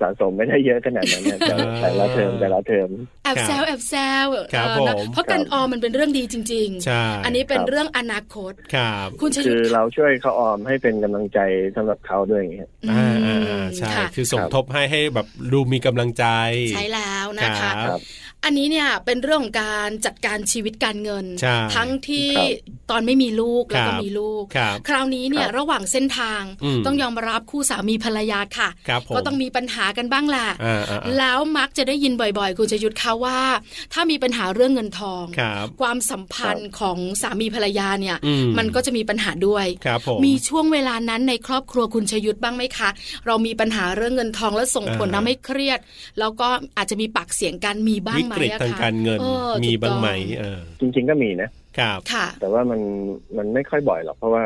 Speaker 5: สะสมไม่ได้เยอะขนาดนั้นนะแต่แต่ละเทอมแต่ละเทอม
Speaker 2: แอบแซวแอบแซว
Speaker 3: ครับ
Speaker 2: เออนะ
Speaker 3: ผม
Speaker 2: เพราะการออมมันเป็นเรื่องดีจริง
Speaker 3: ใช่
Speaker 2: ๆ อันนี้เป็น
Speaker 5: ครับ
Speaker 2: เรื่องอนาคต
Speaker 3: ครับ
Speaker 2: คุณช
Speaker 5: คื
Speaker 2: ยุท
Speaker 5: อ
Speaker 2: ธ
Speaker 5: เราช่วยเขาออมให้เป็นกำลังใจสำหรับเขาด้วยอย่างเงี้ย
Speaker 2: อื
Speaker 3: อ่าม อ่าอ่าใช่
Speaker 2: ค่ะ
Speaker 3: คือสมทบให้ให้แบบดูมีกำลังใจ
Speaker 2: ใช่แล้วนะคะ
Speaker 3: รับ
Speaker 5: ครับ
Speaker 2: อันนี้เนี่ยเป็นเรื่องของการจัดการชีวิตการเงิน
Speaker 3: ใช่
Speaker 2: ทั้งที่
Speaker 5: ครับ
Speaker 2: ตอนไม่มีลูกแล้วก็
Speaker 3: ครับ
Speaker 2: มีลูก
Speaker 3: ครับ
Speaker 2: คราวนี้เนี่ย
Speaker 5: ครับ
Speaker 2: ระหว่างเส้นทาง
Speaker 3: อืม
Speaker 2: ต้องยอมรับคู่สามีภรรยาค่ะ
Speaker 3: ครับผม
Speaker 2: ก็ต้องมีปัญหากันบ้างแหละ
Speaker 3: อ่าอ่าอ่า
Speaker 2: แล้วมักจะได้ยินบ่อยๆ คุณชยุทธคะว่า ถ้ามีปัญหาเรื่องเงินทอง
Speaker 3: ครับ
Speaker 2: ความสัมพันธ์ของสามีภรรยาเนี่ย
Speaker 3: อืม
Speaker 2: มันก็จะมีปัญหาด้วย
Speaker 3: ครับผม
Speaker 2: มีช่วงเวลานั้นในครอบครัวคุณชยุทธบ้างไหมคะ เรามีปัญหาเรื่องเงินทองและส่งผล
Speaker 3: อ่า
Speaker 2: ทำให้เครียด แล้วก็อาจจะมีปากเสียงกันมีบ้าง
Speaker 3: วิ
Speaker 2: ไหม
Speaker 3: กฤต
Speaker 2: อะ
Speaker 3: ทาง
Speaker 2: คะ
Speaker 3: การเงิน
Speaker 2: ออ
Speaker 3: มีบ้างไหม
Speaker 2: ถูก
Speaker 3: เอ
Speaker 2: ต้อง
Speaker 3: อ
Speaker 5: จริง ๆก็มีนะ
Speaker 3: ครับ
Speaker 2: ค่ะ
Speaker 5: แต่ว่ามันมันไม่ค่อยบ่อยหรอกเพราะว่า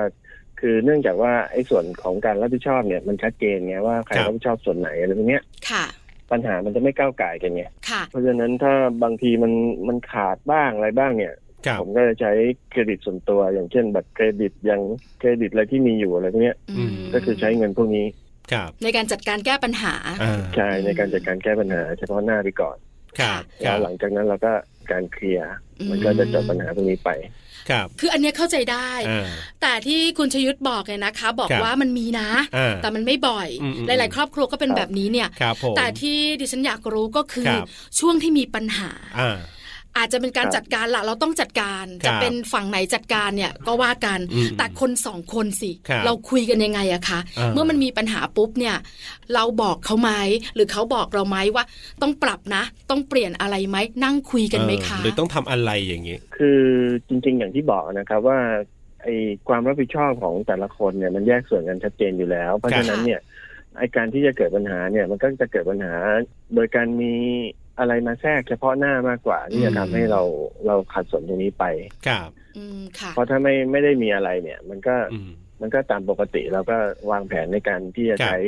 Speaker 5: คือเนื่องจากว่าไอ้ส่วนของการรับผิดชอบเนี่ยมันชัดเจนไงว่าใคร
Speaker 3: ครับ
Speaker 5: รับผิดชอบส่วนไหนอะไรพวกเนี้ย
Speaker 2: ค่ะ
Speaker 5: ปัญหามันจะไม่ก้าวไก่ายกันไง
Speaker 2: ค่ะ
Speaker 5: เพราะฉะนั้นถ้าบางทีมันมันขาดบ้างอะไรบ้างเนี่ย
Speaker 3: ครับ
Speaker 5: ผมก็จะใช้เครดิตส่วนตัว อย่างเช่นบัตรเครดิตอย่างเครดิตอะไรที่มีอยู่อะไรพวกเนี้ย
Speaker 2: อืม
Speaker 5: ก็คือใช้เงินพวกนี้
Speaker 3: ครับ
Speaker 2: ในการจัดการแก้ปัญหา
Speaker 3: อ่า
Speaker 5: ใช่ในการจัดการแก้ปัญหาเฉพาะหน้าไปก่อน
Speaker 3: ครับค
Speaker 5: แล้
Speaker 3: รั
Speaker 5: ว
Speaker 3: บ
Speaker 5: หลังจากนั้นเราก็การเคลียร์
Speaker 2: อืม
Speaker 5: มันก็จะจบปัญหาตรงนี้ไป
Speaker 3: ครับ
Speaker 2: คืออันเนี้ยเข้าใจได้
Speaker 3: อ่า
Speaker 2: แต่ที่คุณชยุทธบอกเนี่ยนะคะ บอก
Speaker 3: ครับ
Speaker 2: ว่ามันมีนะ
Speaker 3: อ่า
Speaker 2: แต่มันไม่บ่อย
Speaker 3: อืมอืม
Speaker 2: หลาย ๆ ครอบครัวก็เป็น
Speaker 5: ครับ
Speaker 2: แบบนี้เนี่ย
Speaker 3: ครับผม
Speaker 2: แต่ที่ดิฉันอยากรู้ก็คือ
Speaker 3: ครับ
Speaker 2: ช่วงที่มีปัญหา
Speaker 3: อ่า
Speaker 2: อาจจะเป็นการ
Speaker 5: ครับ
Speaker 2: จัดการละเราต้องจัดการ
Speaker 3: ครั
Speaker 2: จะ
Speaker 3: บ
Speaker 2: เป็นฝั่งไหนจัดการเนี่ยก็ว่ากัน
Speaker 3: อืม
Speaker 2: แต่คนสองคนสิ
Speaker 3: ครับ
Speaker 2: เราคุยกันยังไงอะคะ
Speaker 3: อ่า
Speaker 2: เมื่อมันมีปัญหาปุ๊บเนี่ย เราบอกเขาไหมหรือเขาบอกเราไหมว่า ต้องปรับนะ ต้องเปลี่ยนอะไรไหมนั่งคุยกันไหมคะ
Speaker 3: เออหรือต้องทำอะไรอย่างงี้
Speaker 5: คือจริง ๆ อย่างที่บอกนะครับว่าไอ้ความรับผิดชอบของแต่ละคนเนี่ยมันแยกส่วนกันชัดเจนอยู่แล้ว เพราะ
Speaker 3: ครับ
Speaker 5: ฉะนั้นเนี่ยไอ้การที่จะเกิดปัญหาเนี่ยมันก็จะเกิดปัญหา โดยการมีอะไรมาแทรกเฉพาะหน้ามากกว่าที่จะทำให้เราเราขัดสนตรงนี้ไป
Speaker 3: ครับ
Speaker 2: อืมค่ะ
Speaker 5: เพราะถ้าไม่ไม่ได้มีอะไรเนี่ย มันก็
Speaker 3: อืม
Speaker 5: มันก็ตามปกติเราก็วางแผนในการที่จะ
Speaker 3: ครับ
Speaker 5: ใช้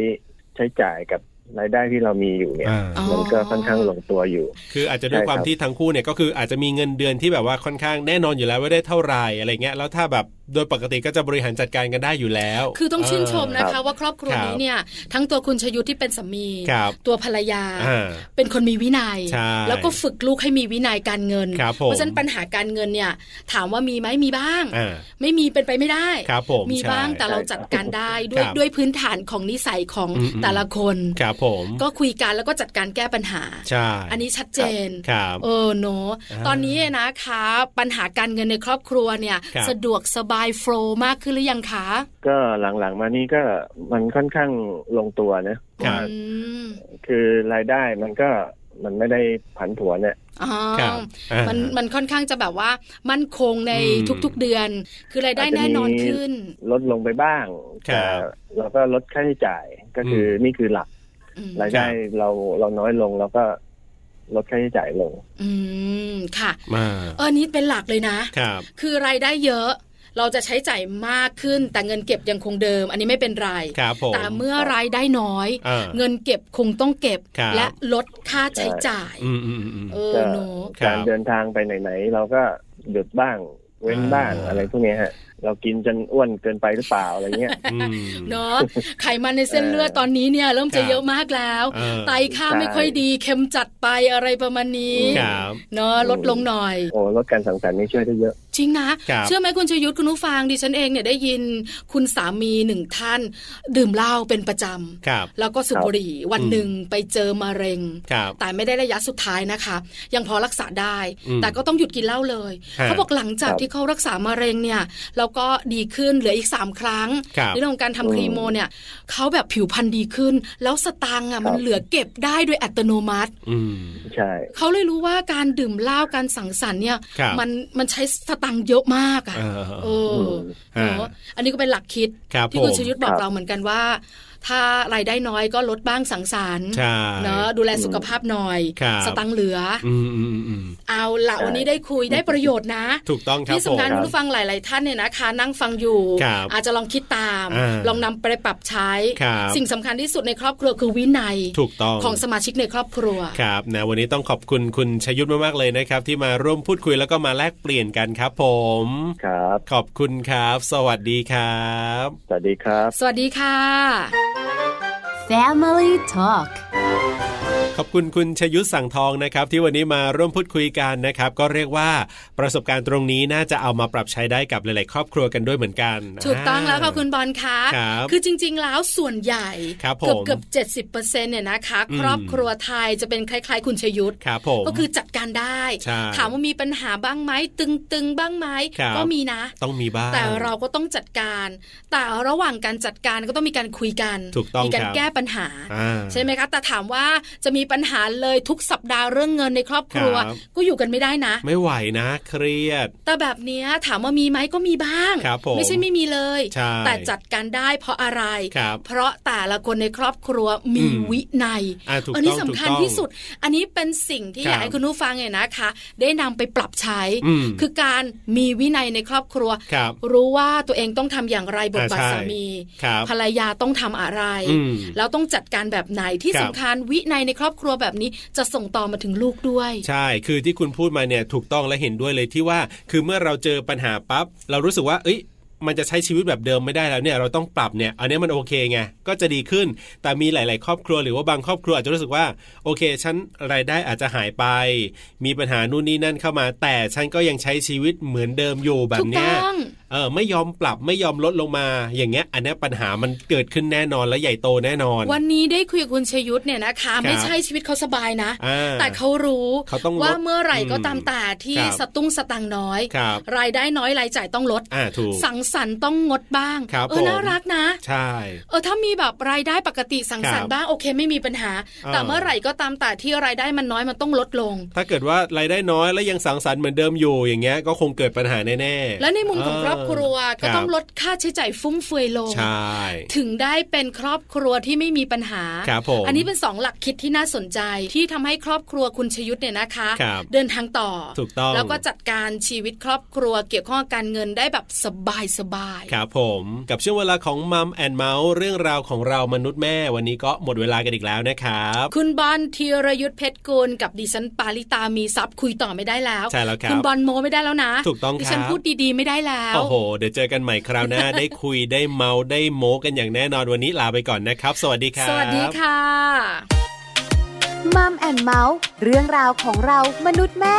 Speaker 5: ใช้จ่ายกับรายได้ที่เรามีอยู่เนี่ย
Speaker 3: อ่า
Speaker 2: อ๋อ
Speaker 5: มันก็ค่อนข้างลงตัวอยู่
Speaker 3: คืออาจจะด้วย
Speaker 5: ใช่
Speaker 3: ความ
Speaker 5: ครับ
Speaker 3: ที่ทั้งคู่เนี่ยก็คืออาจจะมีเงินเดือนที่แบบว่าค่อนข้างแน่นอนอยู่แล้วว่าได้เท่าไหร่อะไรเงี้ยแล้วถ้าแบบโดยปกติก็จะบริหารจัดการกันได้อยู่แล้ว
Speaker 2: คือต้องชื่นชมนะ
Speaker 5: ครั
Speaker 2: คะ
Speaker 5: บ
Speaker 2: ว่าครอบครัว
Speaker 3: ครับ
Speaker 2: นี้เนี่ย ทั้งตัวคุณชยุทธที่เป็นสามี
Speaker 3: ครับ
Speaker 2: ตัวภรรยา
Speaker 3: อ่า
Speaker 2: เป็นคนมีวินัย
Speaker 3: ใช่
Speaker 2: แล้วก็ฝึกลูกให้มีวินัยการเงิน
Speaker 3: ครับผม
Speaker 2: เพราะฉะนั้นปัญหาการเงินเนี่ย ถามว่ามีไหมมีบ้าง
Speaker 3: อ่า
Speaker 2: ไม่มีเป็นไปไม่ได้
Speaker 3: ครับผม
Speaker 2: มี
Speaker 3: ใช่
Speaker 2: บ้างแต่เราจัดการได้ด้วย
Speaker 3: ครับ
Speaker 2: ด้วยพื้นฐานของนิสัยของ
Speaker 3: อืมอืม
Speaker 2: แต่ละคน
Speaker 3: ครับผม
Speaker 2: ก็คุยกันแล้วก็จัดการแก้ปัญหา
Speaker 3: ใช่
Speaker 2: อันนี้ชัดเจน
Speaker 3: ครับ
Speaker 2: เออเนอะ
Speaker 3: อ่า
Speaker 2: ตอนนี้นะคะปัญหาการเงินในครอบครัวเนี่ย
Speaker 3: ครับ
Speaker 2: สะดวกสบายโฟล์มากขึ้นหรือยังคะ
Speaker 5: ก็หลังๆมานี่ก็มันค่อนข้างลงตัวนะครับ
Speaker 2: อืม
Speaker 5: คือรายได้มันก็มันไม่ได้ผันผวนเนี่ย
Speaker 2: อ๋อ
Speaker 3: ครับอ่า
Speaker 2: มันมันค่อนข้างจะแบบว่ามั่นคงใน
Speaker 3: อืม
Speaker 2: ทุกๆเดือน คือรายได้
Speaker 5: อาจจะมี
Speaker 2: แน่นอนขึ้น
Speaker 5: ลดลงไปบ้าง
Speaker 3: ครับ
Speaker 5: แต่เราก็ลดค่าใช้จ่ายก็คืออนี่คือหลัก
Speaker 2: อืม
Speaker 5: รายได้
Speaker 3: ครับ
Speaker 5: เราเราน้อยลงเราก็ลดค่าใช้จ่ายลง
Speaker 2: อืมค่ะ
Speaker 3: มา
Speaker 2: เออนี้เป็นหลักเลยนะ
Speaker 3: ครับ
Speaker 2: คือรายได้เยอะ เราจะใช้จ่ายมากขึ้น แต่เงินเก็บยังคงเดิม อันนี้ไม่เป็นไร
Speaker 3: ครับผม
Speaker 2: แต่เมื่อรายได้น้อย
Speaker 3: อ่า
Speaker 2: เงินเก็บคงต้องเก็บ
Speaker 3: ครับ
Speaker 2: และลดค่าใช้จ่าย
Speaker 3: อืมอืมอืมอืม
Speaker 2: เออ
Speaker 5: ก็
Speaker 2: เนอะ
Speaker 3: ครับ
Speaker 5: การเดินทางไปไหนๆเราก็หยุดบ้างเว้นบ้าง
Speaker 3: อ่า
Speaker 5: อะไรพวกเนี้ยฮะ เรากินจนอ้วนเกินไปหรือเปล่าอะไรเงี้ย
Speaker 3: อืม
Speaker 2: เนาะไขมันในเส้นเลือด
Speaker 5: เออ
Speaker 2: ตอนนี้เนี่ย เริ่ม
Speaker 3: ค
Speaker 2: จะ
Speaker 3: รับ
Speaker 2: เยอะมากแล้ว
Speaker 3: เออ
Speaker 2: ไตค่าไม่ค่อยดีเค็มจัดไปอะไรประมาณนี้
Speaker 3: ครับ
Speaker 2: เนาะลดลงหน่อย
Speaker 5: โอ้ลดการสังสรรค์นี่ช่วยได้เยอะ
Speaker 2: จริงนะ
Speaker 3: ครับ
Speaker 2: เชื่อไหมคุณชยุทธคุณผู้ฟังดิฉันเองเนี่ยได้ยินคุณสามีหนึ่งท่าน ดื่มเหล้าเป็นประจ
Speaker 3: ครับ
Speaker 2: ำแล้วก็สูบบุหรี่วันหนึ่งไปเจอมะเร็ง
Speaker 3: ครับ
Speaker 2: แต่ไม่ได้ระยะสุดท้ายนะคะ ยังพอรักษาได้
Speaker 3: อืม
Speaker 2: แต่ก็ต้องหยุดกินเหล้าเลย
Speaker 3: ฮะ
Speaker 2: เขาบอกหลังจาก
Speaker 5: ครับ
Speaker 2: ที่เขารักษามะเร็งเนี่ยแล้วก็ดีขึ้นเหลืออีก 3 ครั้ง
Speaker 3: ครับ
Speaker 2: ในเรื่องของการทำ
Speaker 5: อืม
Speaker 2: ครีโมเนี่ยเขาแบบผิวพรรณดีขึ้น แล้วสตางค์อ่ะ
Speaker 5: ครับ
Speaker 2: มันเหลือเก็บได้โดยอัตโนมัติ
Speaker 3: อืม
Speaker 5: ใช่
Speaker 2: เขาเลยรู้ว่าการดื่มเหล้าการสังสรรค์เนี่ย
Speaker 3: ครับ
Speaker 2: มันมันใช้สต ตังค์เยอะมากอะ
Speaker 3: เออ
Speaker 2: เอ
Speaker 5: อื
Speaker 2: อ
Speaker 5: ม
Speaker 2: เนอะอันนี้ก็เป็นหลักคิด
Speaker 3: ครับ
Speaker 2: ที่
Speaker 3: ผ
Speaker 2: คุณ
Speaker 3: ม
Speaker 2: ชยุทธบอก
Speaker 5: ครับ
Speaker 2: เราเหมือนกันว่า ถ้ารายได้น้อยก็ลดบ้างสังสรรค์
Speaker 3: ใช่
Speaker 2: เนอะดูแลสุขภาพหน่อย
Speaker 3: ครับ
Speaker 2: สตังค์เหลืออ
Speaker 3: อืมอืมอืมอืม
Speaker 2: เอาละวันนี้ได้
Speaker 3: (laughs)
Speaker 2: คุยได้ประโยชน์นะ
Speaker 3: ถูกต้องครับ
Speaker 2: ที่
Speaker 3: ผม
Speaker 2: สำคัญคุณผู้ฟังหลาย ๆ ท่านเนี่ยนะคะ นั่งฟังอยู่
Speaker 3: ครับ
Speaker 2: อาจจะลองคิดตาม
Speaker 3: อ่า
Speaker 2: ลองนำไปปรับใช้
Speaker 3: ครับ
Speaker 2: สิ่งสำคัญที่สุดในครอบครัวคือวินัย
Speaker 3: ถูกต้อง
Speaker 2: ของสมาชิกในครอบครัว
Speaker 3: ครับนะวันนี้ต้องขอบคุณคุณชยุทธมากๆเลยนะครับ ที่มาร่วมพูดคุยแล้วก็มาแลกเปลี่ยนกันครับผม
Speaker 5: ครับ
Speaker 3: ขอบคุณครับ สวัสดีครับ
Speaker 5: สวัสดีครับ
Speaker 2: สวัสดีค่ะ
Speaker 1: Family Talk
Speaker 3: ขอบคุณคุณชยุทธสังทองนะครับ ที่วันนี้มาร่วมพูดคุยกันนะครับ ก็เรียกว่าประสบการณ์ตรงนี้น่าจะเอามาปรับใช้ได้กับหลาย ๆ ครอบครัวกันด้วยเหมือนกัน
Speaker 2: ถูกต้องแล้วค่ะ
Speaker 3: า
Speaker 2: คุณบอลคะ
Speaker 3: ครับ
Speaker 2: อจริง ๆ แล้วส่วนใหญ่
Speaker 3: ครับผม
Speaker 2: เกือบเกือบเจ็ดสิบเปอร์เซ็นเนี่ยนะคะ
Speaker 3: อืม
Speaker 2: ครอบครัวไทยจะเป็นคล้าย ๆ คุณชยุทธ
Speaker 3: ครับผม
Speaker 2: ก็คือจัดการได้
Speaker 3: ใช่
Speaker 2: ถามว่ามีปัญหาบ้างไหมตึง ๆ บ้างไหม
Speaker 3: ครับ
Speaker 2: ก็มีนะ
Speaker 3: ต้องมีบ้าง
Speaker 2: แต่เราก็ต้องจัดการ แต่ระหว่างการจัดการก็ต้องมีการคุยกัน
Speaker 3: ถูกต้อง
Speaker 2: มีการ
Speaker 3: ครับ
Speaker 2: แก้ปัญหา
Speaker 3: อ่า
Speaker 2: ใช่ไหมคะ แต่ถามว่าจะมีปัญหาเลยทุกสัปดาห์เรื่องเงินในครอบครัว
Speaker 3: ครับ
Speaker 2: ก็อยู่กันไม่ได้นะ
Speaker 3: ไม่ไหวนะเครียด
Speaker 2: แต่แบบเนี้ยถามว่ามีไหมก็มีบ้าง
Speaker 3: ครับผม
Speaker 2: ไม่ใช่ไม่มีเลย
Speaker 3: ใช่
Speaker 2: แต่จัดการได้เพราะอะไร
Speaker 3: ครับ
Speaker 2: เพราะแต่ละคนในครอบครัวมี
Speaker 3: อืม
Speaker 2: วินัย
Speaker 3: อ่าถูก
Speaker 2: อั
Speaker 3: ต้อง
Speaker 2: นี้สำ
Speaker 3: ถูก
Speaker 2: คัญ
Speaker 3: ต้อง
Speaker 2: ที่สุด อันนี้เป็นสิ่งที่
Speaker 3: ครับ
Speaker 2: อยากให้คุณผู้ฟังเนี่ยนะคะ ได้นำไปปรับใช้
Speaker 3: อืม
Speaker 2: คือการมีวินัยในครอบครัว
Speaker 3: ครับ
Speaker 2: รู้ว่าตัวเองต้องทำอย่างไรบทบาท
Speaker 3: อ่าใช่
Speaker 2: สามี
Speaker 3: ครับ
Speaker 2: ภรรยาต้องทำอะไร
Speaker 3: อืม
Speaker 2: แล้วต้องจัดการแบบไหนที่
Speaker 3: ครับ
Speaker 2: สำคัญวินัยในครอบครัวแบบนี้จะส่งต่อมาถึงลูกด้วย
Speaker 3: ใช่ คือที่คุณพูดมาเนี่ยถูกต้องและเห็นด้วยเลยที่ว่า คือเมื่อเราเจอปัญหาปั๊บ เรารู้สึกว่า เอ้ย มันจะใช้ชีวิตแบบเดิมไม่ได้แล้วเนี่ย เราต้องปรับเนี่ย อันเนี้ยมันโอเคไง ก็จะดีขึ้น แต่มีหลาย ๆ ครอบครัวหรือว่าบางครอบครัวอาจจะรู้สึกว่า โอเค ฉันรายได้อาจจะหายไป มีปัญหานู่นนี่นั่นเข้ามา แต่ฉันก็ยังใช้ชีวิตเหมือนเดิมอยู่แบบ
Speaker 2: ถูก
Speaker 3: เนี้ย
Speaker 2: ต้อง
Speaker 3: เออ ไม่ยอมปรับ ไม่ยอมลดลงมา อย่างเงี้ย อันเนี้ยปัญหามันเกิดขึ้นแน่นอนและใหญ่โตแน่นอน
Speaker 2: วันนี้ได้คุยกับคุณชยุทธเนี่ยนะคะ ไม่ใช่ชีวิตเขาสบายนะ
Speaker 3: อ่า
Speaker 2: แต่เขารู้
Speaker 3: เขาต้องลด
Speaker 2: ว่าเมื่อไหร่ก็ตาม
Speaker 3: อืม
Speaker 2: แต่ที่
Speaker 3: ครับ
Speaker 2: สตุ้งสตังค์น้อย
Speaker 3: ครับ
Speaker 2: รายได้น้อยรายจ่ายต้องลด
Speaker 3: อ่า ถูก
Speaker 2: สังสรรค์ต้องงดบ้าง
Speaker 3: ครับ
Speaker 2: เออ
Speaker 3: ผม
Speaker 2: น่ารักนะ
Speaker 3: ใช่
Speaker 2: เออถ้ามีแบบรายได้ปกติสังสรร
Speaker 3: ครั
Speaker 2: ค์
Speaker 3: บ
Speaker 2: บ้างโอเคไม่มีปัญหา
Speaker 3: อ่า
Speaker 2: แต่เมื่อไหร่ก็ตามแต่ที่รายได้มันน้อยมันต้องลดลง
Speaker 3: ถ้าเกิดว่ารายได้น้อยและยังสังสรรค์เหมือนเดิมอยู่อย่างเงี้ยก็คงเกิดปัญหาแน่ๆ
Speaker 2: และในมุมของครอบครัวก็ต้องล
Speaker 3: ค
Speaker 2: ดค่าใช้จ่ายฟุ่มเฟือยล
Speaker 3: รับ
Speaker 2: ง
Speaker 3: ใช่
Speaker 2: ถึงได้เป็นครอบครัวที่ไม่มีปัญหา
Speaker 3: ครับผม
Speaker 2: อันนี้เป็นสองหลักคิดที่น่าสนใจที่ทำให้ครอบครัวคุณชยุทธเนี่ยนะคะ
Speaker 3: ครับ
Speaker 2: เดินทางต่อ
Speaker 3: ถูกต้อง
Speaker 2: แล้วก็จัดการชีวิตครอบครัวเกี่ยวข้องกับการเงินได้แบบสบายสบายๆ
Speaker 3: ครับผมกับช่วงเวลาของมัมแอนเมาส์เรื่องราวของเรามนุษย์แม่วันนี้ก็หมดเวลากันอีกแล้วนะครับ
Speaker 2: คุณบอลธีรยุทธเพชรกุลกับดิฉันปาริตามีซับคุยต่อไม่ได้แล้ว
Speaker 3: ใช่แล้วครับ
Speaker 2: คุณบอลโมไม่ได้แล้วนะ
Speaker 3: ถูกต้อง
Speaker 2: ดิฉัน
Speaker 3: ครับ
Speaker 2: พูดดีๆไม่ได้แล้ว
Speaker 3: โอ้โห เดี๋ยวเจอกันใหม่คราวหน้า ได้คุยได้เมาส์ได้โม้กันอย่างแน่นอนวันนี้ลาไปก่อนนะครับ สวัสดีครับ
Speaker 2: สวัสดีค่ะ
Speaker 1: มัมแอนเมาส์เรื่องราวของเรามนุษย์แม่